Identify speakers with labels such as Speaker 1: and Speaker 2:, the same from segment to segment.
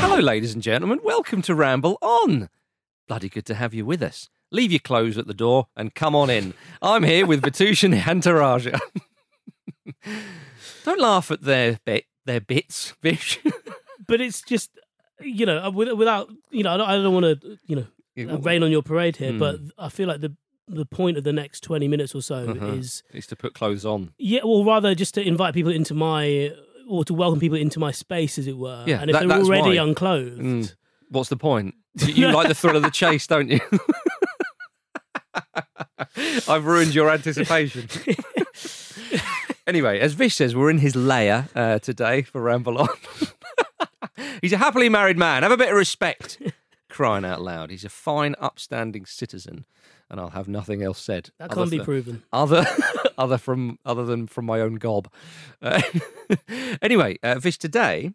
Speaker 1: hello, ladies and gentlemen. Welcome to Ramble On. Bloody good to have you with us. Leave your clothes at the door and come on in. I'm here with Vitushan and Taraja. Don't laugh at their bit, their bits, Vish.
Speaker 2: but it's just you know uh, with- without you know I don't, I don't want to you know uh, rain on your parade here, but
Speaker 1: Hmm.
Speaker 2: I feel like the the point of the next twenty minutes or so
Speaker 1: Uh-huh.
Speaker 2: is
Speaker 1: It's to put clothes on.
Speaker 2: yeah, well rather just to invite people into my or to welcome people into my space, as it were.
Speaker 1: Yeah,
Speaker 2: and if
Speaker 1: that-
Speaker 2: they're
Speaker 1: that's
Speaker 2: already
Speaker 1: why. Hmm.
Speaker 2: unclothed,
Speaker 1: What's the point? You, you like the thrill of the chase, don't you? I've ruined your anticipation. anyway, as Vish says, we're in his lair uh, today for Ramble On. He's a happily married man. Have a bit of respect. Crying out loud. He's a fine, upstanding citizen, and I'll have nothing else said.
Speaker 2: that
Speaker 1: other
Speaker 2: can't be
Speaker 1: th-
Speaker 2: proven.
Speaker 1: other other from other than from my own gob. Uh, anyway, uh, Vish, today,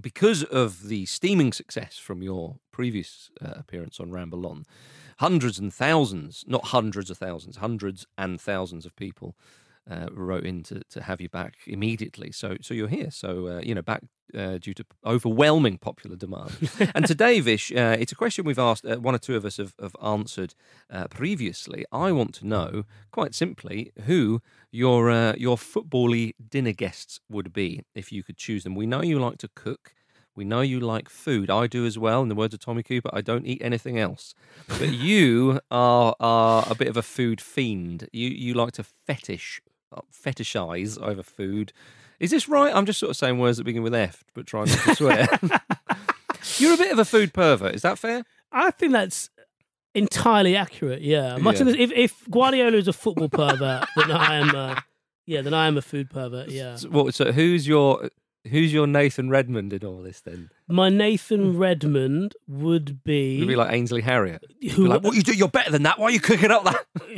Speaker 1: because of the steaming success from your previous uh, appearance on Ramble On, hundreds and thousands, not hundreds of thousands, hundreds and thousands of people uh, wrote in to, to have you back immediately. So so you're here. So uh, you know back uh, due to overwhelming popular demand. and today, Vish, uh, it's a question we've asked. Uh, one or two of us have, have answered uh, previously. I want to know quite simply who your uh, your footbally dinner guests would be if you could choose them. We know you like to cook. We know you like food. I do as well. In the words of Tommy Cooper, I don't eat anything else. But you are are a bit of a food fiend. You you like to fetish uh, fetishize over food. Is this right? I'm just sort of saying words that begin with F, but trying not to swear. You're a bit of a food pervert. Is that fair?
Speaker 2: I think that's entirely accurate. Yeah, much
Speaker 1: Yeah.
Speaker 2: of this, if if Guardiola is a football pervert, then I am. A, yeah, then I am a food pervert. Yeah,
Speaker 1: So, what, so who's your who's your Nathan Redmond in all this? Then
Speaker 2: my Nathan Redmond would
Speaker 1: it'd be like Ainsley Harriott. Be
Speaker 2: who,
Speaker 1: like, what you do? You're better than that. Why are you cooking up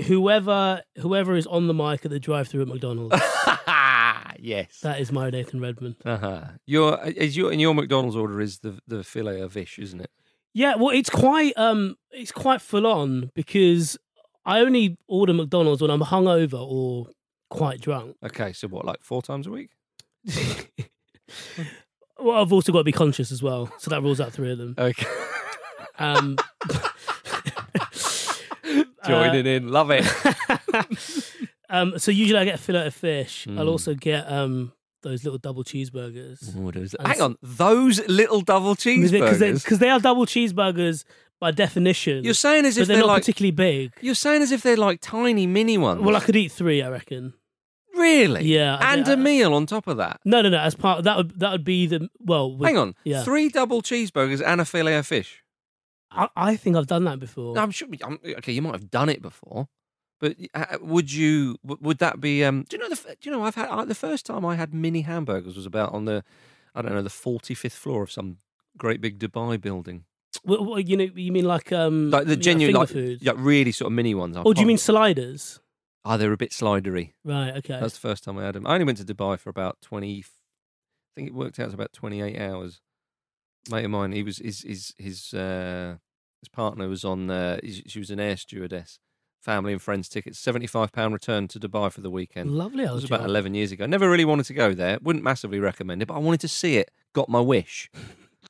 Speaker 2: whoever whoever is on the mic at the drive-through at McDonald's.
Speaker 1: that? yes.
Speaker 2: that is my Nathan Redmond.
Speaker 1: Uh huh. Your is your in your McDonald's order is the the filet of fish, isn't it?
Speaker 2: Yeah, well, it's quite um, it's quite full on because I only order McDonald's when I'm hungover or quite drunk.
Speaker 1: Okay, so what, like four times a week?
Speaker 2: Well, I've also got to be conscious as well, so that rules out three of them.
Speaker 1: Okay,
Speaker 2: Um,
Speaker 1: joining in, love it.
Speaker 2: Uh, um, so usually I get a fillet of fish. I'll also get um those little double cheeseburgers.
Speaker 1: Hang on, those little double
Speaker 2: Because they,
Speaker 1: cheeseburgers.
Speaker 2: 'cause they are double cheeseburgers by definition.
Speaker 1: You're saying as
Speaker 2: but
Speaker 1: if
Speaker 2: they're
Speaker 1: they're
Speaker 2: not
Speaker 1: like
Speaker 2: particularly big.
Speaker 1: you're saying as if they're like tiny mini ones.
Speaker 2: Well, I could eat three, I reckon.
Speaker 1: really,
Speaker 2: Yeah, I-
Speaker 1: and
Speaker 2: I-
Speaker 1: a meal on top of that.
Speaker 2: No, no, no. As part that would that would be the well. with-
Speaker 1: Hang on,
Speaker 2: yeah.
Speaker 1: three double cheeseburgers and a filet of fish.
Speaker 2: I, I think I've done that before.
Speaker 1: I'm sure. I'm, okay, you might have done it before, but uh, would you? w- Would that be? Um, do you know the? f- Do you know I've had I, the first time I had mini hamburgers was about on the, I don't know, the forty fifth floor of some great big Dubai building.
Speaker 2: Well, well, you know, you mean like um,
Speaker 1: Like the
Speaker 2: you know,
Speaker 1: genuine,
Speaker 2: finger
Speaker 1: like
Speaker 2: food.
Speaker 1: yeah, really sort of mini ones. I
Speaker 2: Or do you
Speaker 1: can't-
Speaker 2: mean sliders?
Speaker 1: Oh, they're a bit slidery.
Speaker 2: Right. Okay.
Speaker 1: That's the first time I had them. I only went to Dubai for about twenty. I think it worked out to about twenty eight hours. Mate of mine, he was his his his uh, his partner was on. Uh, she she was an air stewardess. Family and friends tickets, seventy five pound return to Dubai for the weekend.
Speaker 2: Lovely.
Speaker 1: That
Speaker 2: old
Speaker 1: was about
Speaker 2: job.
Speaker 1: eleven years ago. Never really wanted to go there. Wouldn't massively recommend it, but I wanted to see it. Got my wish.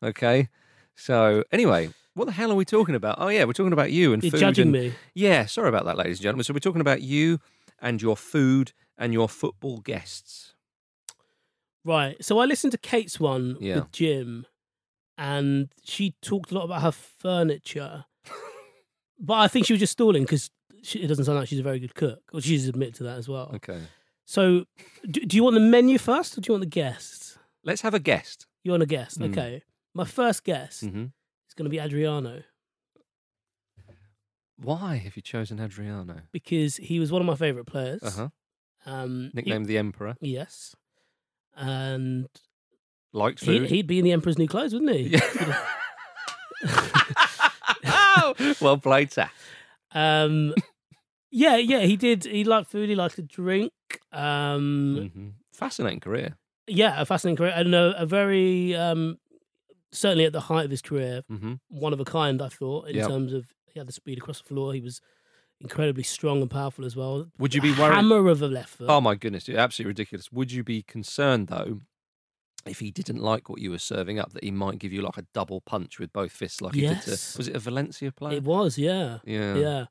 Speaker 1: okay. So anyway, what the hell are we talking about? Oh yeah, we're talking about you and
Speaker 2: You're
Speaker 1: food
Speaker 2: judging
Speaker 1: and-
Speaker 2: me.
Speaker 1: yeah, sorry about that, ladies and gentlemen. So we're talking about you and your food and your football guests.
Speaker 2: Right. So I listened to Kate's one
Speaker 1: Yeah.
Speaker 2: with Jim, and she talked a lot about her furniture, but I think she was just stalling because it doesn't sound like she's a very good cook, or she's admitted to that as well.
Speaker 1: Okay.
Speaker 2: So, do, do you want the menu first, or do you want the guests?
Speaker 1: Let's have a guest.
Speaker 2: You want a guest?
Speaker 1: Mm.
Speaker 2: Okay. My first guest
Speaker 1: Mm-hmm.
Speaker 2: is going to be Adriano
Speaker 1: Why have you chosen Adriano?
Speaker 2: because he was one of my favorite players.
Speaker 1: Uh huh.
Speaker 2: Um, Uh-huh. he-
Speaker 1: Nicknamed the Emperor.
Speaker 2: yes. And
Speaker 1: Liked
Speaker 2: he,
Speaker 1: food.
Speaker 2: he'd be in the Emperor's New Clothes, wouldn't he?
Speaker 1: Yeah. oh, well played, sir.
Speaker 2: Um, yeah, yeah, he did. He liked food. He liked to drink. Um,
Speaker 1: hmm Fascinating career.
Speaker 2: Yeah, a fascinating career. And a, a very, um, certainly at the height of his career,
Speaker 1: Mm-hmm.
Speaker 2: one of a kind, I thought, in
Speaker 1: Yeah.
Speaker 2: terms of he had the speed across the floor. He was incredibly strong and powerful as well.
Speaker 1: Would you be worried?
Speaker 2: Hammer of a left foot.
Speaker 1: Oh my goodness, you're absolutely ridiculous. Would you be concerned though if he didn't like what you were serving up, that he might give you like a double punch with both fists, like he did
Speaker 2: Yes.
Speaker 1: to was it a Valencia player?
Speaker 2: It was, yeah,
Speaker 1: yeah.
Speaker 2: yeah.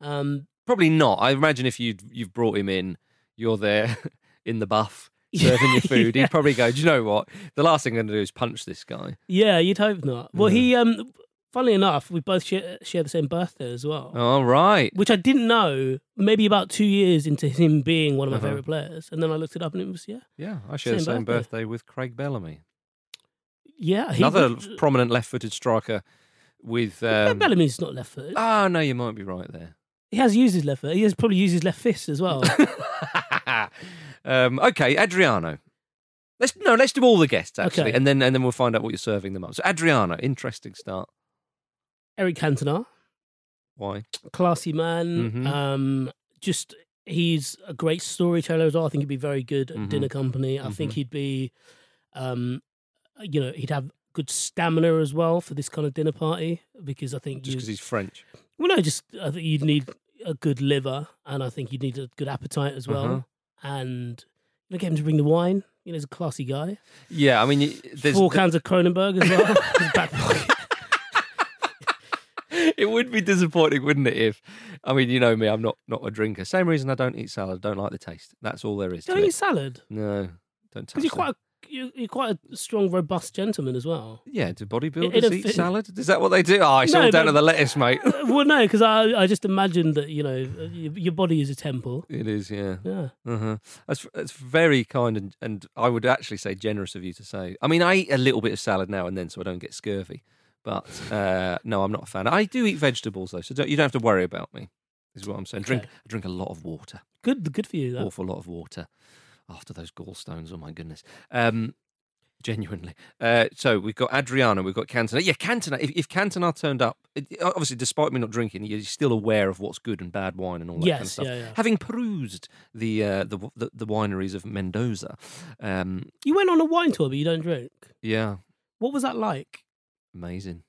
Speaker 2: Um,
Speaker 1: probably not. I imagine if you you've brought him in, you're there in the buff serving your food.
Speaker 2: Yeah.
Speaker 1: He'd probably go, "Do you know what? The last thing I'm going to do is punch this guy."
Speaker 2: yeah, you'd hope not. Well, he, um, funnily enough, we both share, share the same birthday as well,
Speaker 1: All right.
Speaker 2: which I didn't know. Maybe about two years into him being one of my
Speaker 1: Uh-huh.
Speaker 2: favorite players, and then I looked it up, and it was yeah,
Speaker 1: Yeah, I share the
Speaker 2: Same
Speaker 1: same
Speaker 2: birthday.
Speaker 1: birthday. with Craig Bellamy,
Speaker 2: yeah. He
Speaker 1: another
Speaker 2: was-
Speaker 1: prominent left-footed striker. With
Speaker 2: Yeah,
Speaker 1: um,
Speaker 2: Bellamy's not left footed.
Speaker 1: ah, no, you might be right there.
Speaker 2: he has used his left foot. He has probably used his left fist as well.
Speaker 1: um, okay, Adriano. Let's no, let's do all the guests actually,
Speaker 2: Okay.
Speaker 1: and then and then we'll find out what you're serving them up. So Adriano, interesting start.
Speaker 2: Eric Cantona,
Speaker 1: Why?
Speaker 2: classy man.
Speaker 1: Mhm.
Speaker 2: Um, just he's a great storyteller as well. I think he'd be very good at
Speaker 1: Mhm.
Speaker 2: dinner company. I think
Speaker 1: Mhm.
Speaker 2: he'd be, um, you know, he'd have good stamina as well for this kind of dinner party because I think
Speaker 1: Just
Speaker 2: you,
Speaker 1: because he's French.
Speaker 2: well, no, just I think you'd need a good liver and I think you'd need a good appetite as well.
Speaker 1: Uh-huh.
Speaker 2: And you know, get him to bring the wine. You know, he's a classy guy.
Speaker 1: Yeah, I mean, y- there's
Speaker 2: Four cans of Cronenberg as well. in his back pocket.
Speaker 1: it would be disappointing, wouldn't it? If I mean, you know me, I'm not not a drinker. Same reason I don't eat salad. I don't like the taste. That's all there is.
Speaker 2: Don't
Speaker 1: to
Speaker 2: eat
Speaker 1: it.
Speaker 2: salad.
Speaker 1: No, don't touch.
Speaker 2: Because you're
Speaker 1: that.
Speaker 2: quite a, you're, you're quite a strong, robust gentleman as well.
Speaker 1: yeah, do bodybuilders
Speaker 2: it'd
Speaker 1: eat
Speaker 2: fit-
Speaker 1: salad? Is that what they do? Oh, it's
Speaker 2: No,
Speaker 1: all down to
Speaker 2: but-
Speaker 1: the lettuce, mate.
Speaker 2: Uh, well, no, because I I just imagined that you know uh, your, your body is a temple.
Speaker 1: it is, yeah.
Speaker 2: Yeah,
Speaker 1: Uh-huh. That's that's very kind and and I would actually say generous of you to say. I mean, I eat a little bit of salad now and then, so I don't get scurvy. But uh, no, I'm not a fan. I do eat vegetables though, so don't, you don't have to worry about me. Is what I'm saying. Drink
Speaker 2: Okay.
Speaker 1: I drink a lot of water.
Speaker 2: good good for you. That.
Speaker 1: awful lot of water after those gallstones. Oh my goodness. Um, genuinely. Uh, so we've got Adriana, we've got Cantona. Yeah, Cantona. If, if Cantona turned up, it- it- obviously, despite me not drinking, you're still aware of what's good and bad wine and all that kind of
Speaker 2: Yes,
Speaker 1: stuff.
Speaker 2: yeah, yeah.
Speaker 1: Having perused the, uh, the w- the the wineries of Mendoza, um,
Speaker 2: You went on a wine tour, but you don't drink.
Speaker 1: yeah,
Speaker 2: What was that like?
Speaker 1: amazing.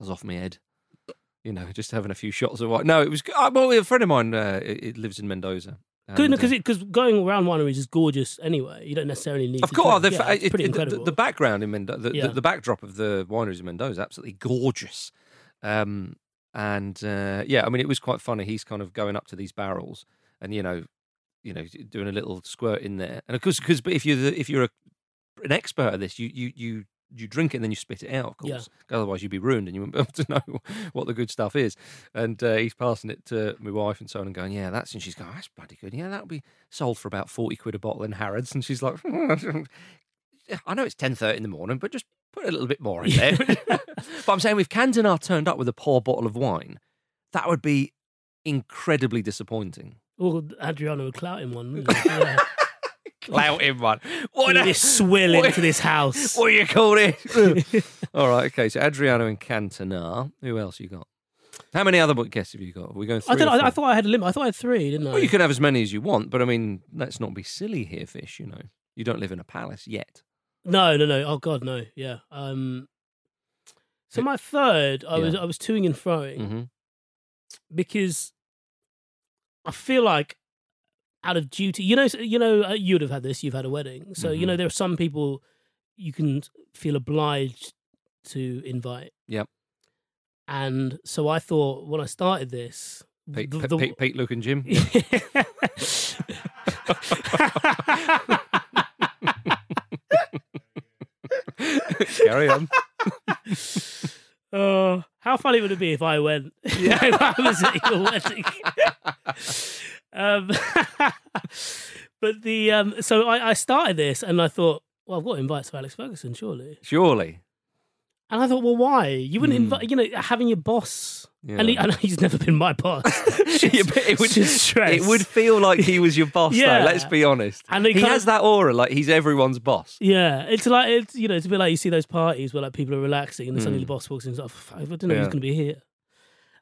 Speaker 1: I was off my head. You know, just having a few shots of wine. No, it was. g- uh, Well, a friend of mine uh, it, it lives in Mendoza.
Speaker 2: Good
Speaker 1: and, uh,
Speaker 2: because because going around wineries is gorgeous anyway. You don't necessarily need.
Speaker 1: Of
Speaker 2: to
Speaker 1: course,
Speaker 2: drink.
Speaker 1: the,
Speaker 2: Yeah,
Speaker 1: fa-
Speaker 2: it's
Speaker 1: it-
Speaker 2: pretty
Speaker 1: it- the-
Speaker 2: incredible.
Speaker 1: the background in Mendoza, the,
Speaker 2: Yeah.
Speaker 1: the, the backdrop of the wineries in Mendoza is absolutely gorgeous. Um, and uh, yeah, I mean, it was quite funny. He's kind of going up to these barrels and you know, you know, doing a little squirt in there. And of course, because if you're the, if you're a, an expert at this, you you you you drink it and then you spit it out. Of course,
Speaker 2: Yeah.
Speaker 1: 'Cause otherwise you'd be ruined and you wouldn't be able to know what the good stuff is. And uh, he's passing it to my wife and so on, and going, "Yeah, that's." And she's going, "That's bloody good. Yeah, that'll be sold for about forty quid a bottle in Harrods." And she's like, "I know it's ten thirty in the morning, but just put a little bit more in there." but I'm saying, if Cantona turned up with a poor bottle of wine, that would be incredibly disappointing.
Speaker 2: Well, Adriano would clout him one. wouldn't he? Yeah.
Speaker 1: Clout in one. What
Speaker 2: He
Speaker 1: a,
Speaker 2: just swill
Speaker 1: What-
Speaker 2: into this house.
Speaker 1: what do you call this? All right, okay. So Adriano and Cantona. Who else you got? How many other book guests have you got? Are we going three
Speaker 2: I don't.
Speaker 1: or
Speaker 2: I, I
Speaker 1: four?
Speaker 2: thought I had a limit. I thought I had three, didn't I?
Speaker 1: Well, you can have as many as you want, but I mean, let's not be silly here, Fish. You know, you don't live in a palace yet.
Speaker 2: No, no, no. Oh God, no. Yeah. Um. So my third, I
Speaker 1: Yeah.
Speaker 2: was I was toing and froing
Speaker 1: Mm-hmm.
Speaker 2: because I feel like out of duty, you know, you know, uh, you'd have had this. You've had a wedding, so you know there are some people you can feel obliged to invite.
Speaker 1: Yep.
Speaker 2: And so I thought when I started this,
Speaker 1: Pete,
Speaker 2: the-
Speaker 1: Pete-
Speaker 2: the-
Speaker 1: Pete, Pete, Luke, and Jim. Carry on.
Speaker 2: Oh, how funny would it be if I went? Yeah, if I was at your wedding. um, but the um, so I, I started this and I thought, well, I've got invites for Alex Ferguson, surely.
Speaker 1: Surely.
Speaker 2: And I thought, well, why? You wouldn't
Speaker 1: Hmm.
Speaker 2: invite, you know, having your boss.
Speaker 1: Yeah.
Speaker 2: And he, I know he's never been my boss.
Speaker 1: Yeah, but it would
Speaker 2: It's just stress.
Speaker 1: It would feel like he was your boss,
Speaker 2: Yeah.
Speaker 1: though. Let's be honest.
Speaker 2: And it
Speaker 1: he
Speaker 2: kind
Speaker 1: has
Speaker 2: of-
Speaker 1: that aura, like he's everyone's boss.
Speaker 2: Yeah, it's like it's you know it's a bit like you see those parties where like people are relaxing and then suddenly
Speaker 1: Mm.
Speaker 2: the boss walks in and is like, "Oh, "Fuck, I don't know who's
Speaker 1: Yeah.
Speaker 2: going to be here.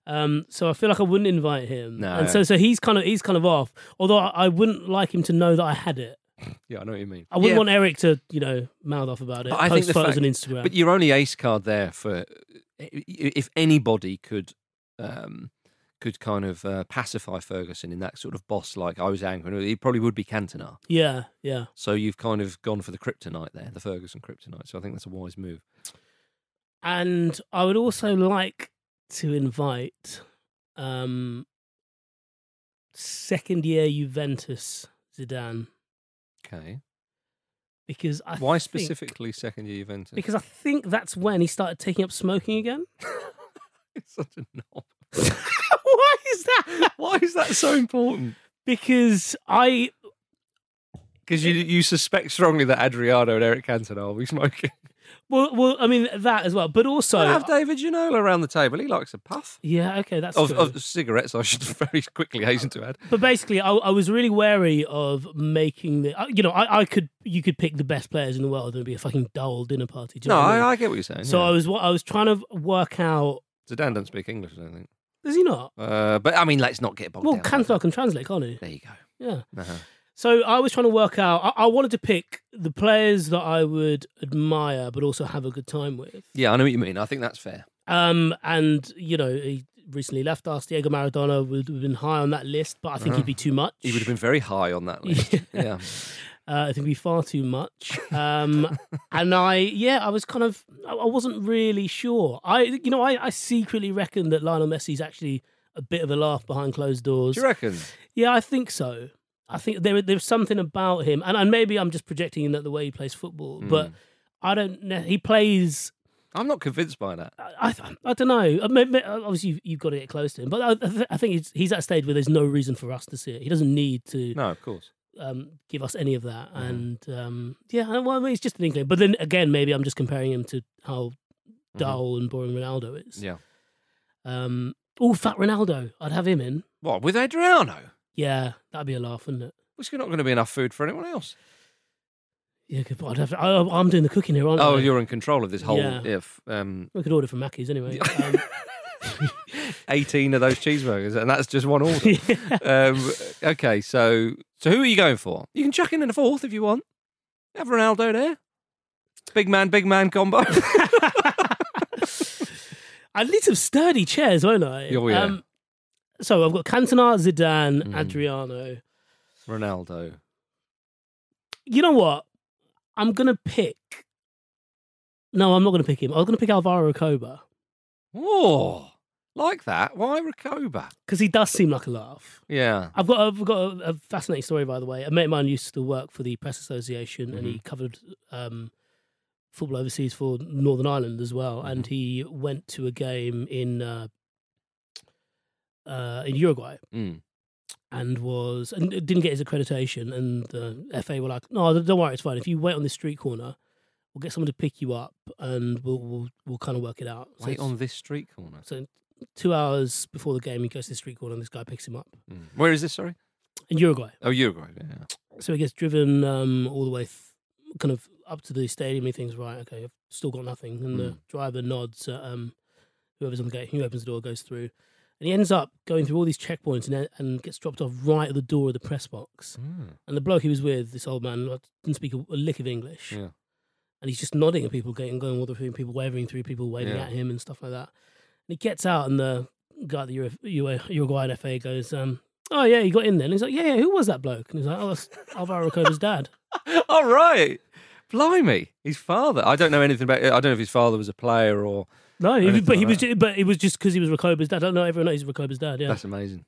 Speaker 2: Um, so I feel like I wouldn't invite him,
Speaker 1: No.
Speaker 2: and so so he's kind of he's kind of off. Although I, I wouldn't like him to know that I had it.
Speaker 1: Yeah, I know what you mean.
Speaker 2: I wouldn't
Speaker 1: Yeah,
Speaker 2: want Eric to you know mouth off about it.
Speaker 1: But I
Speaker 2: post
Speaker 1: think the
Speaker 2: photos
Speaker 1: fact-
Speaker 2: on Instagram.
Speaker 1: But your only ace card there for if anybody could um, could kind of uh, pacify Ferguson in that sort of boss like I was angry. He probably would be Cantona.
Speaker 2: Yeah, yeah.
Speaker 1: So you've kind of gone for the kryptonite there, the Ferguson kryptonite. So I think that's a wise move.
Speaker 2: And I would also like to invite um, second year Juventus Zidane
Speaker 1: Okay.
Speaker 2: because I
Speaker 1: Why
Speaker 2: think-
Speaker 1: specifically second year Juventus?
Speaker 2: Because I think that's when he started taking up smoking again.
Speaker 1: it's such a knob.
Speaker 2: Why is that?
Speaker 1: Why is that so important?
Speaker 2: Because I
Speaker 1: Because you you suspect strongly that Adriano and Eric Cantona will be smoking.
Speaker 2: well, well, I mean that as well, but also
Speaker 1: I have David Ginola around the table. He likes a puff.
Speaker 2: yeah, okay, that's
Speaker 1: Of,
Speaker 2: true.
Speaker 1: of cigarettes, I should very quickly hasten to add.
Speaker 2: But basically, I, I was really wary of making the. I- You know, I, I could you could pick the best players in the world and it'd be a fucking dull dinner party. do you
Speaker 1: No,
Speaker 2: know what
Speaker 1: I,
Speaker 2: mean?
Speaker 1: I get what you're saying.
Speaker 2: so
Speaker 1: yeah.
Speaker 2: I was wa- I was trying to work out.
Speaker 1: Zidane doesn't speak English, I don't think.
Speaker 2: Is he not?
Speaker 1: Uh, but I mean, let's not get bogged
Speaker 2: Well,
Speaker 1: down. by that.
Speaker 2: Cantwell can translate, can't he?
Speaker 1: There you go.
Speaker 2: Yeah.
Speaker 1: Uh-huh.
Speaker 2: So I was trying to work out. I, I wanted to pick the players that I would admire, but also have a good time with.
Speaker 1: Yeah, I know what you mean. I think that's fair.
Speaker 2: Um, and you know, he recently left us. Diego Maradona would have been high on that list, but I think
Speaker 1: Uh-huh.
Speaker 2: he'd be too much.
Speaker 1: He would have been very high on that list. yeah.
Speaker 2: Uh, I think it'd be far too much. Um, and I, yeah, I was kind of, I- I wasn't really sure. I, you know, I, I secretly reckon that Lionel Messi's actually a bit of a laugh behind closed doors.
Speaker 1: Do you reckon?
Speaker 2: Yeah, I think so. I think there, there's something about him, and, and maybe I'm just projecting that the way he plays football,
Speaker 1: Hmm.
Speaker 2: but I don't know. He plays.
Speaker 1: I'm not convinced by that.
Speaker 2: I, I, I don't know. Uh, Obviously, you've, you've got to get close to him, but I, I th- I think he's, he's at a stage where there's no reason for us to see it. He doesn't need to
Speaker 1: No, of course.
Speaker 2: um, give us any of that.
Speaker 1: Mhm.
Speaker 2: And um, yeah, I- well, I mean, it's just an inkling. But then again, maybe I'm just comparing him to how
Speaker 1: Mhm.
Speaker 2: dull and boring Ronaldo is.
Speaker 1: Yeah.
Speaker 2: Um, oh, fat Ronaldo. I'd have him in.
Speaker 1: What, with Adriano?
Speaker 2: Yeah, that'd be a laugh, wouldn't it?
Speaker 1: There's not going to be enough food for anyone else.
Speaker 2: Yeah, good, but I'd have to, I, I'm doing the cooking here, aren't I?
Speaker 1: Oh, you're in control of this whole.
Speaker 2: Yeah.
Speaker 1: If um,
Speaker 2: We could order from Mackey's anyway.
Speaker 1: Yeah.
Speaker 2: um,
Speaker 1: 18 of those cheeseburgers, and that's just one order.
Speaker 2: yeah.
Speaker 1: um, okay, so so who are you going for? You can chuck in a fourth if you want. Have Ronaldo there. Big man, big man combo.
Speaker 2: I need some sturdy chairs, won't I? Um,
Speaker 1: Oh, yeah.
Speaker 2: so I've got Cantona, Zidane,
Speaker 1: Mhm.
Speaker 2: Adriano.
Speaker 1: Ronaldo.
Speaker 2: you know what? I'm gonna pick. No, I'm not gonna pick him. I'm gonna pick Alvaro Coba
Speaker 1: Oh, like that. Why Rakoba?
Speaker 2: because he does seem like a laugh.
Speaker 1: Yeah.
Speaker 2: I've got, I've got a, a fascinating story, by the way. A mate of mine used to work for the Press Association, and
Speaker 1: Mm-hmm.
Speaker 2: he covered um, football overseas for Northern Ireland as well. And
Speaker 1: Mm-hmm.
Speaker 2: he went to a game in uh, uh, in Uruguay,
Speaker 1: Mm.
Speaker 2: and was and didn't get his accreditation and the FA were like, no, don't worry, it's fine. If you wait on this street corner, we'll get someone to pick you up and we'll we'll, we'll kind of work it out.
Speaker 1: Wait
Speaker 2: it's-
Speaker 1: on this street corner.
Speaker 2: So two hours before the game, he goes to the street corner and this guy picks him up
Speaker 1: Mm. Where is this? Sorry.
Speaker 2: in Uruguay.
Speaker 1: Oh, Uruguay. Yeah.
Speaker 2: So he gets driven um, all the way th- kind of up to the stadium. He thinks, right, okay, I've still got nothing. And
Speaker 1: Hmm.
Speaker 2: the driver nods at um, whoever's on the gate, who opens the door, goes through. And he ends up going through all these checkpoints and, and gets dropped off right at the door of the press box.
Speaker 1: Mm.
Speaker 2: And the bloke he was with, this old man, like, didn't speak a, a lick of English.
Speaker 1: Yeah.
Speaker 2: And he's just nodding at people, getting going all the through people, waving through people, waving
Speaker 1: Yeah.
Speaker 2: at him and stuff like that. And he gets out, and the guy at the Ur- Ur- Uruguayan FA goes, um, "Oh yeah, he got in then." And he's like, "Yeah, yeah, who was that bloke?" And he's like, "Oh, that's Alvaro Coba's dad."
Speaker 1: All right. Blimey, his father. I don't know anything about. I don't know if his father was a player or.
Speaker 2: No, he, was-
Speaker 1: Anything
Speaker 2: but he
Speaker 1: like
Speaker 2: was,
Speaker 1: that.
Speaker 2: ju- but it was just because he was Recoba's dad. I don't know everyone knows he's Recoba's dad. Yeah,
Speaker 1: That's amazing.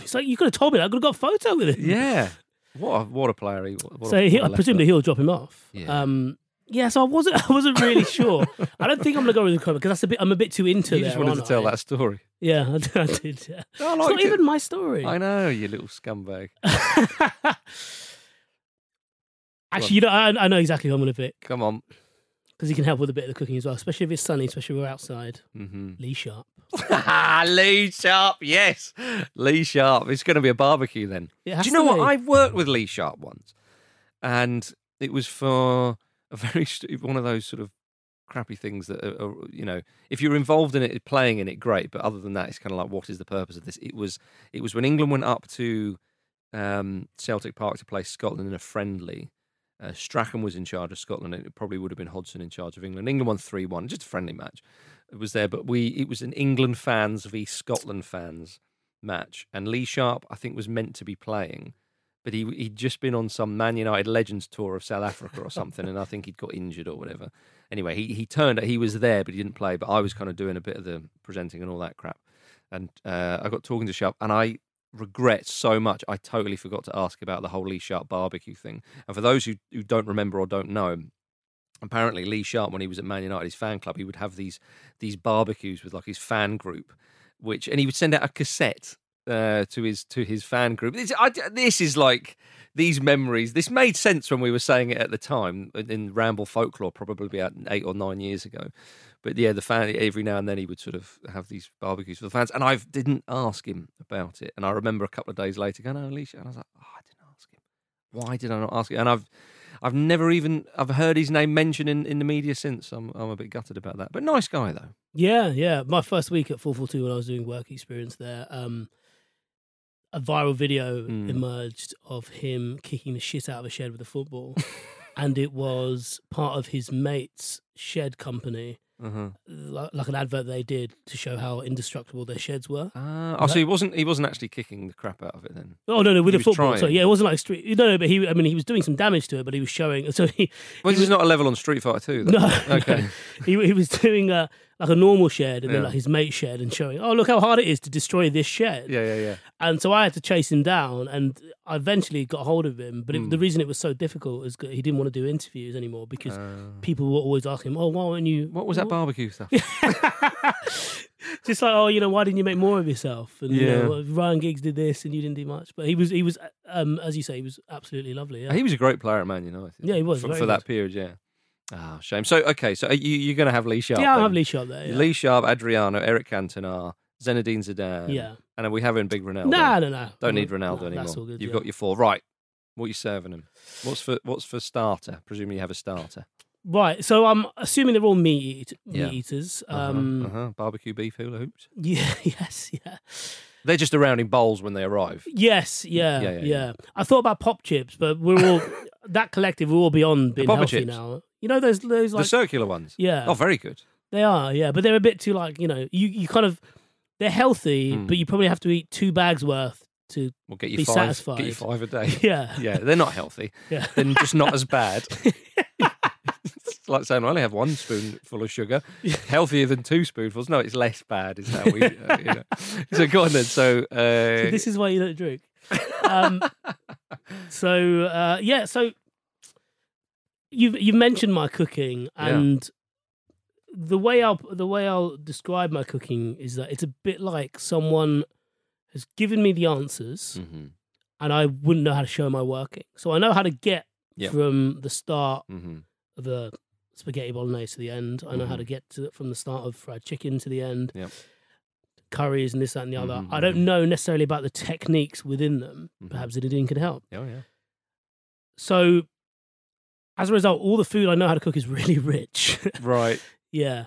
Speaker 2: it's like you could have told me. that. I could have got a photo with him.
Speaker 1: Yeah. What a what a player he. What a-
Speaker 2: So he,
Speaker 1: what a
Speaker 2: I
Speaker 1: left
Speaker 2: presume that he'll drop him off.
Speaker 1: Yeah.
Speaker 2: Um, yeah, so I wasn't, I wasn't really sure. I don't think I'm gonna go with Recoba because that's a bit. I'm a bit too into
Speaker 1: back. You
Speaker 2: there,
Speaker 1: just wanted to
Speaker 2: aren't
Speaker 1: tell
Speaker 2: I?
Speaker 1: that story.
Speaker 2: Yeah, I did. I did, yeah.
Speaker 1: I
Speaker 2: It's
Speaker 1: liked
Speaker 2: not
Speaker 1: it.
Speaker 2: even my story.
Speaker 1: I know you little scumbag.
Speaker 2: Actually, you know, I, I know exactly who I'm going to pick
Speaker 1: Come on.
Speaker 2: because he can help with a bit of the cooking as well, especially if it's sunny, especially if we're outside.
Speaker 1: Mm-hmm.
Speaker 2: Lee Sharp.
Speaker 1: Lee Sharp, yes. Lee Sharp. It's going to be a barbecue then.
Speaker 2: It has
Speaker 1: Do you know
Speaker 2: to
Speaker 1: what?
Speaker 2: be.
Speaker 1: I've worked with Lee Sharp once, and it was for a very st- one of those sort of crappy things that are, are, you know, if you're involved in it, playing in it, great. But other than that, it's kind of like, what is the purpose of this? It was it was when England went up to um, Celtic Park to play Scotland in a friendly. Uh, Strachan was in charge of Scotland, and it probably would have been Hodgson in charge of England. England won three one, just a friendly match. It was there, but we it was an England fans v Scotland fans match, and Lee Sharp, I think, was meant to be playing, but he he'd just been on some Man United Legends tour of South Africa or something, and I think he'd got injured or whatever. Anyway, he he turned, he was there, but he didn't play. But I was kind of doing a bit of the presenting and all that crap, and uh, I got talking to Sharp, and I regret so much. I totally forgot to ask about the whole Lee Sharp barbecue thing. And for those who, who don't remember or don't know, apparently Lee Sharp, when he was at Man United, his fan club, he would have these these barbecues with like his fan group, which and he would send out a cassette uh, to his to his fan group. This, I, this is like these memories. This made sense when we were saying it at the time in Ramble Folklore, probably about eight or nine years ago. But yeah, the fan every now and then he would sort of have these barbecues for the fans, and I didn't ask him about it. And I remember a couple of days later going, "Oh, Alicia," and I was like, "Oh, I didn't ask him. Why did I not ask him?" And I've I've never even I've heard his name mentioned in, in the media since. I'm I'm a bit gutted about that. But nice guy though.
Speaker 2: Yeah, yeah. My first week at 442 when I was doing work experience there, um, a viral video
Speaker 1: Mm.
Speaker 2: emerged of him kicking the shit out of a shed with a football. and it was part of his mate's shed company,
Speaker 1: Uh-huh.
Speaker 2: like, like an advert they did to show how indestructible their sheds were.
Speaker 1: Uh, oh, so he wasn't he wasn't actually kicking the crap out of it then.
Speaker 2: Oh, no, no, with
Speaker 1: He
Speaker 2: a
Speaker 1: was
Speaker 2: football. So,
Speaker 1: trying.
Speaker 2: yeah, it wasn't like street. No, no, but he, I mean, he was doing some damage to it, but he was showing. So he,
Speaker 1: Well, this is not a level on Street Fighter Two. Though.
Speaker 2: No,
Speaker 1: Okay.
Speaker 2: he, he was doing a, like a normal shed and then
Speaker 1: Yeah.
Speaker 2: like his mate shed and showing, oh, look how hard it is to destroy this shed.
Speaker 1: Yeah, yeah, yeah.
Speaker 2: And so I had to chase him down and I eventually got hold of him. But it,
Speaker 1: Hmm.
Speaker 2: the reason it was so difficult is 'cause he didn't want to do interviews anymore because people were always asking him, oh, why weren't you.
Speaker 1: Uh. What was that barbecue stuff?
Speaker 2: Just like, oh, you know, why didn't you make more of yourself? And you know,
Speaker 1: Yeah.
Speaker 2: well, Ryan Giggs did this and you didn't do much. But he was, he was, um, as you say, he was absolutely lovely. Yeah.
Speaker 1: He was a great player at Man United.
Speaker 2: Yeah, he was,
Speaker 1: for,
Speaker 2: very
Speaker 1: for
Speaker 2: good.
Speaker 1: that period. Yeah. Ah, shame. So okay, so are you you're going to have Lee Sharp.
Speaker 2: yeah, I'll
Speaker 1: then?
Speaker 2: have Lee Sharp there. Yeah.
Speaker 1: Lee Sharp, Adriano, Eric Cantona, Zinedine Zidane.
Speaker 2: Yeah.
Speaker 1: And are we having Big Ronaldo?
Speaker 2: No, no, no.
Speaker 1: Don't need
Speaker 2: No,
Speaker 1: Ronaldo
Speaker 2: no,
Speaker 1: anymore.
Speaker 2: That's all good.
Speaker 1: You've
Speaker 2: yeah.
Speaker 1: got your four. Right. What are you serving him? What's for what's for starter? Presumably you have a starter.
Speaker 2: Right. So I'm assuming they're all meat, eat- meat
Speaker 1: Yeah.
Speaker 2: eaters.
Speaker 1: Uh-huh,
Speaker 2: Um,
Speaker 1: uh-huh. Barbecue beef hula hoops.
Speaker 2: Yeah. Yes. Yeah.
Speaker 1: They're just around in bowls when they arrive.
Speaker 2: Yes. Yeah yeah,
Speaker 1: yeah, yeah.
Speaker 2: I thought about pop chips, but we're all that collective. We're all beyond being
Speaker 1: Papa
Speaker 2: healthy
Speaker 1: chips?
Speaker 2: now. You know those those like
Speaker 1: the circular ones.
Speaker 2: yeah
Speaker 1: Oh, very good.
Speaker 2: they are yeah, but they're a bit too like you know you you kind of they're healthy,
Speaker 1: Mm.
Speaker 2: but you probably have to eat two bags worth to
Speaker 1: We'll get you
Speaker 2: Be
Speaker 1: five. Get you
Speaker 2: satisfied. Mm,
Speaker 1: five a day.
Speaker 2: yeah
Speaker 1: yeah, they're not healthy.
Speaker 2: yeah.
Speaker 1: They're just not as bad. It's like saying I only have one spoonful of sugar, healthier than two spoonfuls. No, it's less bad. Is how we. Uh, you know. So go on then. So, uh,
Speaker 2: So this is why you don't drink. Um, so uh, yeah, so you've you've mentioned my cooking,
Speaker 1: Yeah.
Speaker 2: and the way I'll the way I'll describe my cooking is that it's a bit like someone has given me the answers,
Speaker 1: Mhm,
Speaker 2: and I wouldn't know how to show my working. So I know how to get
Speaker 1: Yeah.
Speaker 2: from the start
Speaker 1: mhm,
Speaker 2: of a spaghetti bolognese to the end. I know how
Speaker 1: Mhm.
Speaker 2: to get to from the start of fried chicken to the end.
Speaker 1: Yep.
Speaker 2: Curries and this, that, and the other.
Speaker 1: Mhm,
Speaker 2: I
Speaker 1: mhm.
Speaker 2: don't know necessarily about the techniques within them.
Speaker 1: Mhm.
Speaker 2: Perhaps Zinedine can help.
Speaker 1: Oh yeah.
Speaker 2: So, as a result, all the food I know how to cook is really rich.
Speaker 1: Right.
Speaker 2: yeah.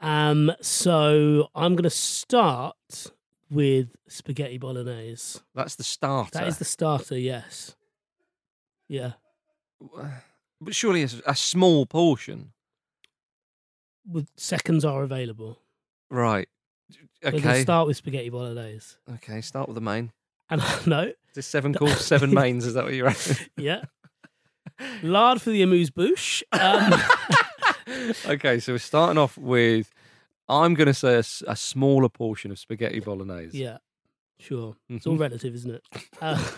Speaker 2: Um. So I'm gonna start with spaghetti bolognese.
Speaker 1: That's the starter.
Speaker 2: That is the starter. Yes. Yeah.
Speaker 1: But surely it's a small portion.
Speaker 2: With seconds are available.
Speaker 1: Right.
Speaker 2: We're gonna
Speaker 1: Okay.
Speaker 2: start with spaghetti bolognese.
Speaker 1: okay. Start with the main.
Speaker 2: And no,
Speaker 1: Is seven called seven mains? Is that what you're at?
Speaker 2: yeah. Lard for the amuse bouche. Um,
Speaker 1: okay. So we're starting off with. I'm going to say a, s- a smaller portion of spaghetti bolognese.
Speaker 2: yeah, sure. It's all
Speaker 1: Mhm.
Speaker 2: relative, isn't it? Uh,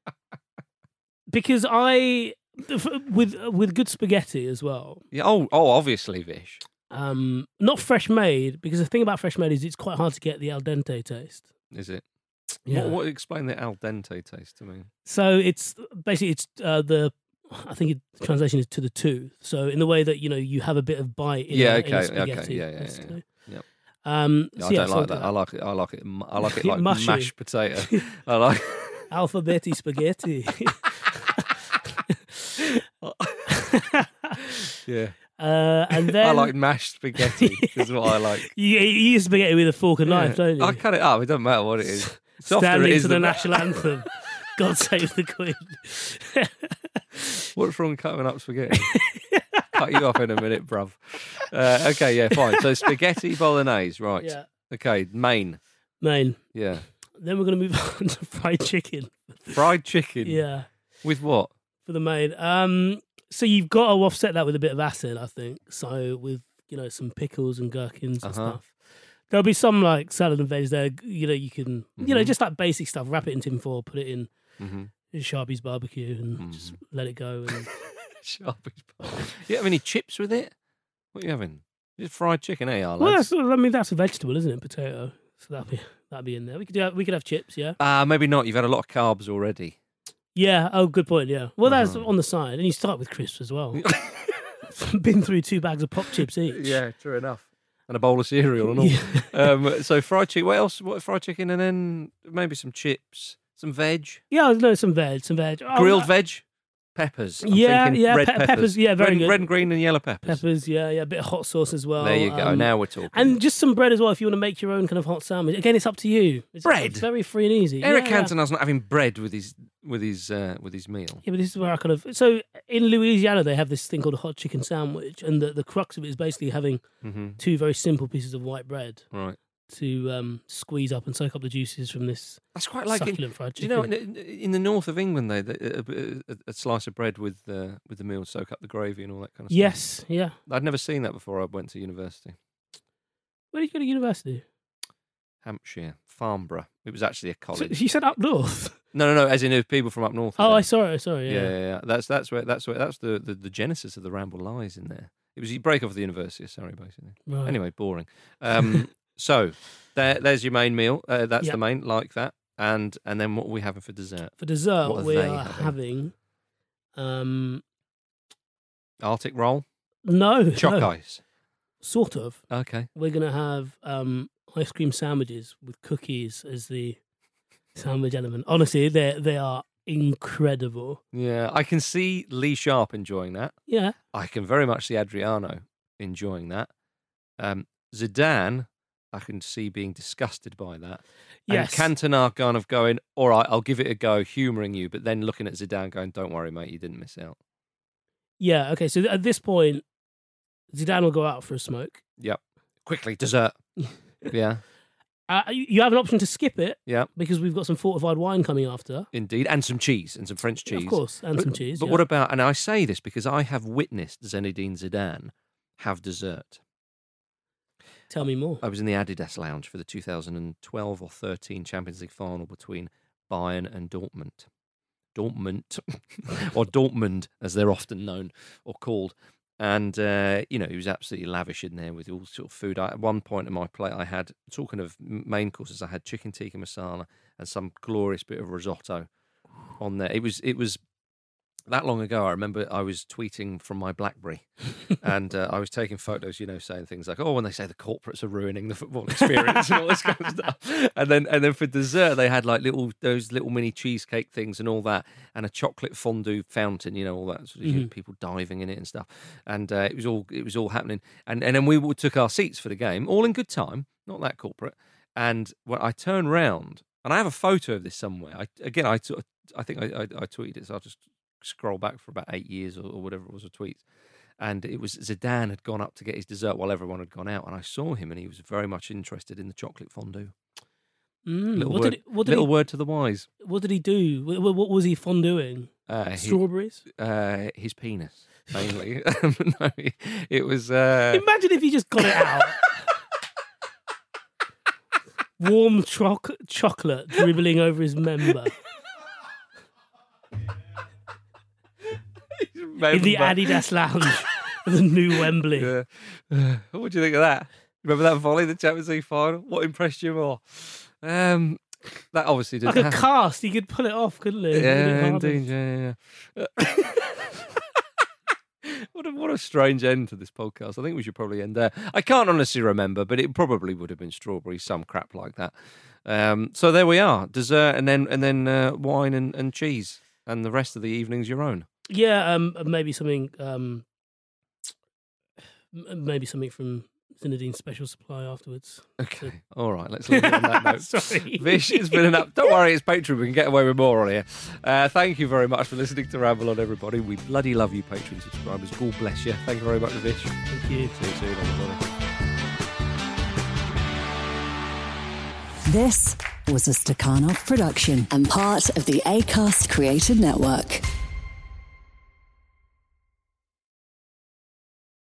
Speaker 2: because I, f- with with good spaghetti as well.
Speaker 1: Yeah. Oh. Oh. Obviously, Vish.
Speaker 2: Um, not fresh made because the thing about fresh made is it's quite hard to get the al dente taste.
Speaker 1: Is it?
Speaker 2: Yeah.
Speaker 1: What, what explain the al dente taste to me?
Speaker 2: So it's basically it's uh, the. I think it, the translation is to the two. So in the way that you know you have a bit of bite. In
Speaker 1: Yeah,
Speaker 2: a, in a
Speaker 1: okay, okay,
Speaker 2: spaghetti,
Speaker 1: yeah, yeah, yeah,
Speaker 2: basically.
Speaker 1: Yep.
Speaker 2: Um, so
Speaker 1: I
Speaker 2: yeah,
Speaker 1: don't
Speaker 2: so I'll
Speaker 1: like
Speaker 2: do
Speaker 1: that. I like it. I like it. m- I like it
Speaker 2: It
Speaker 1: like
Speaker 2: mushy.
Speaker 1: mashed potato. I like.
Speaker 2: Alphabeti spaghetti.
Speaker 1: Yeah.
Speaker 2: uh, and then
Speaker 1: I like mashed spaghetti. is what I like.
Speaker 2: you, you eat spaghetti with a fork and knife,
Speaker 1: Yeah.
Speaker 2: don't you?
Speaker 1: I cut it up. It doesn't matter what it is. Softer
Speaker 2: Standing
Speaker 1: it is
Speaker 2: to the
Speaker 1: than-
Speaker 2: national anthem. God save the Queen.
Speaker 1: What's wrong cutting up spaghetti? Cut you off in a minute, bruv. Uh, okay, yeah, fine. So spaghetti bolognese, right?
Speaker 2: yeah.
Speaker 1: Okay, main.
Speaker 2: Main.
Speaker 1: Yeah.
Speaker 2: Then we're going to move on to fried chicken.
Speaker 1: Fried chicken.
Speaker 2: Yeah,
Speaker 1: With what?
Speaker 2: for the main. Um, so you've got to offset that with a bit of acid, I think. So with you know some pickles and gherkins and
Speaker 1: Uh-huh.
Speaker 2: stuff. There'll be some like salad and veg there. You know, you can you know
Speaker 1: Mhm.
Speaker 2: just like basic stuff. Wrap it in tin foil, put it in
Speaker 1: Mm-hmm.
Speaker 2: Sharpie's barbecue, and just
Speaker 1: Mm.
Speaker 2: let it go. And
Speaker 1: Sharpie's bar. You have any chips with it? What are you having? Just fried chicken, eh, our
Speaker 2: well,
Speaker 1: lads?
Speaker 2: that's, I mean that's a vegetable, isn't it? Potato. So that'd be that'd be in there. We could do we could have chips. Yeah.
Speaker 1: Uh, maybe not. You've had a lot of carbs already.
Speaker 2: Yeah. Oh, good point. Yeah. Well, that's
Speaker 1: Uh-huh.
Speaker 2: on the side, and you start with crisps as well. Been through two bags of pop chips each.
Speaker 1: true enough. And a bowl of cereal and all.
Speaker 2: Yeah.
Speaker 1: um, so fried chicken. What else? What fried chicken, and then maybe some chips, some veg,
Speaker 2: Yeah, no, some veg, some veg. Oh,
Speaker 1: grilled
Speaker 2: uh,
Speaker 1: veg, peppers. I'm
Speaker 2: Yeah,
Speaker 1: thinking
Speaker 2: yeah,
Speaker 1: red
Speaker 2: pe-
Speaker 1: peppers.
Speaker 2: peppers, yeah, very
Speaker 1: red,
Speaker 2: good.
Speaker 1: red, and green, and yellow peppers.
Speaker 2: peppers. Yeah, yeah, a bit of hot sauce as well.
Speaker 1: there you go.
Speaker 2: um,
Speaker 1: now we're talking.
Speaker 2: and just some bread as well if you want to make your own kind of hot sandwich. Again, it's up to you. It's
Speaker 1: Bread?
Speaker 2: It's very free and easy.
Speaker 1: Eric
Speaker 2: yeah, yeah.
Speaker 1: Cantona's not having bread with his with his uh, with his meal.
Speaker 2: Yeah, but this is where I kind of so in Louisiana they have this thing called a hot chicken sandwich, and the, the crux of it is basically having
Speaker 1: Mm-hmm.
Speaker 2: two very simple pieces of white bread
Speaker 1: Right.
Speaker 2: to um, squeeze up and soak up the juices from this
Speaker 1: That's quite like. In,
Speaker 2: succulent fried
Speaker 1: do you
Speaker 2: chicken.
Speaker 1: know, in, in the north of England, though, the- uh, a, a, a slice of bread with uh, with the meal soak up the gravy and all that kind of stuff.
Speaker 2: yes, yeah.
Speaker 1: I'd never seen that before. I went to university.
Speaker 2: Where did you go to university?
Speaker 1: Hampshire, Farnborough. It was actually a
Speaker 2: So,
Speaker 1: college.
Speaker 2: you said up north.
Speaker 1: No, no, no. As in, it was people from up north.
Speaker 2: Oh, I
Speaker 1: Yeah,
Speaker 2: saw it. Sorry,
Speaker 1: yeah,
Speaker 2: yeah.
Speaker 1: yeah, yeah. That's that's where that's where that's the, the, the genesis of the ramble lies in there. It was you break off at the university. Sorry, basically.
Speaker 2: Right.
Speaker 1: Anyway, boring. Um, so there, there's your main meal. Uh, that's
Speaker 2: Yeah.
Speaker 1: the main, like that. And and then what are we having for dessert?
Speaker 2: For dessert,
Speaker 1: What are
Speaker 2: we
Speaker 1: they
Speaker 2: are having. Um,
Speaker 1: Arctic roll,
Speaker 2: no,
Speaker 1: choc
Speaker 2: no,
Speaker 1: ice.
Speaker 2: sort of.
Speaker 1: Okay.
Speaker 2: We're gonna have um ice cream sandwiches with cookies as the sandwich element. Honestly, they they are incredible.
Speaker 1: Yeah, I can see Lee Sharp enjoying that.
Speaker 2: Yeah,
Speaker 1: I can very much see Adriano enjoying that. Um, Zidane, I can see being disgusted by that.
Speaker 2: yes.
Speaker 1: And Cantona kind of going, all right, I'll give it a go, humouring you, but then looking at Zidane going, don't worry, mate, you didn't miss out.
Speaker 2: yeah. Okay. So at this point, Zidane will go out for a smoke.
Speaker 1: Quickly, dessert. yeah,
Speaker 2: Uh, you you have an option to skip it.
Speaker 1: Yeah.
Speaker 2: Because we've got some fortified wine coming after.
Speaker 1: indeed. And some cheese, and some French cheese.
Speaker 2: Of course, and
Speaker 1: but,
Speaker 2: some cheese.
Speaker 1: But
Speaker 2: yeah.
Speaker 1: what about, and I say this because I have witnessed Zinedine Zidane have dessert.
Speaker 2: Tell me more.
Speaker 1: I was in the Adidas lounge for the 2012 or 13 Champions League final between Bayern and Dortmund. Dortmund, or Dortmund, as they're often known or called. And, uh, you know, he was absolutely lavish in there with all sort of food. I, at one point in my plate, I had, talking of m- main courses, I had chicken tikka masala and some glorious bit of risotto on there. It was, it was that long ago. I remember I was tweeting from my Blackberry and uh, I was taking photos, you know, saying things like, "Oh, when they say the corporates are ruining the football experience and all this kind of stuff," and then and then for dessert they had like little those little mini cheesecake things and all that, and a chocolate fondue fountain, you know, all that sort of you know, people diving in it and stuff, and uh, it was all it was all happening, and and then we all took our seats for the game, all in good time, not that corporate, and when I turn round, and I have a photo of this somewhere, I again I sort of- I think I, I, I tweeted it, so I'll just scroll back for about eight years or, or whatever it was of tweets and it was Zidane had gone up to get his dessert while everyone had gone out, and I saw him, and he was very much interested in the chocolate fondue.
Speaker 2: Mm,
Speaker 1: Little
Speaker 2: what
Speaker 1: word,
Speaker 2: did what did
Speaker 1: little
Speaker 2: he,
Speaker 1: word to the wise.
Speaker 2: what did he do? Wh- wh- What, was he fonduing?
Speaker 1: Uh, he-
Speaker 2: Strawberries.
Speaker 1: uh, his penis mainly. no, he- it was. Uh,
Speaker 2: Imagine if you just got it out. Warm choc chocolate dribbling over his member in the Adidas lounge of the new Wembley.
Speaker 1: Yeah. uh, what do you think of that? Remember that volley, the Champions League final? What impressed you more? Um, that obviously didn't
Speaker 2: Like a
Speaker 1: happen.
Speaker 2: cast, he could pull it off, couldn't he? He did it
Speaker 1: Yeah,
Speaker 2: harder.
Speaker 1: indeed. Yeah, yeah. yeah. what a what a strange end to this podcast. I think we should probably end there. I can't honestly remember, but it probably would have been strawberries, some crap like that. Um, so there we are, dessert, and then and then uh, wine and, and cheese, and the rest of the evening's your own.
Speaker 2: Yeah, um, maybe something, um, m- maybe something from Zinedine's special supply afterwards.
Speaker 1: Okay, all right. Let's leave it on that note.
Speaker 2: Sorry.
Speaker 1: Vish, it's been enough. Don't worry, it's Patreon. We can get away with more on here. Uh, thank you very much for listening to Ramble on, everybody. We bloody love you, Patreon subscribers. God bless you. Thank you very much, Vish. See
Speaker 2: Thank you.
Speaker 1: you soon, everybody.
Speaker 3: This was a Stakhanov production and part of the Acast Creative Network.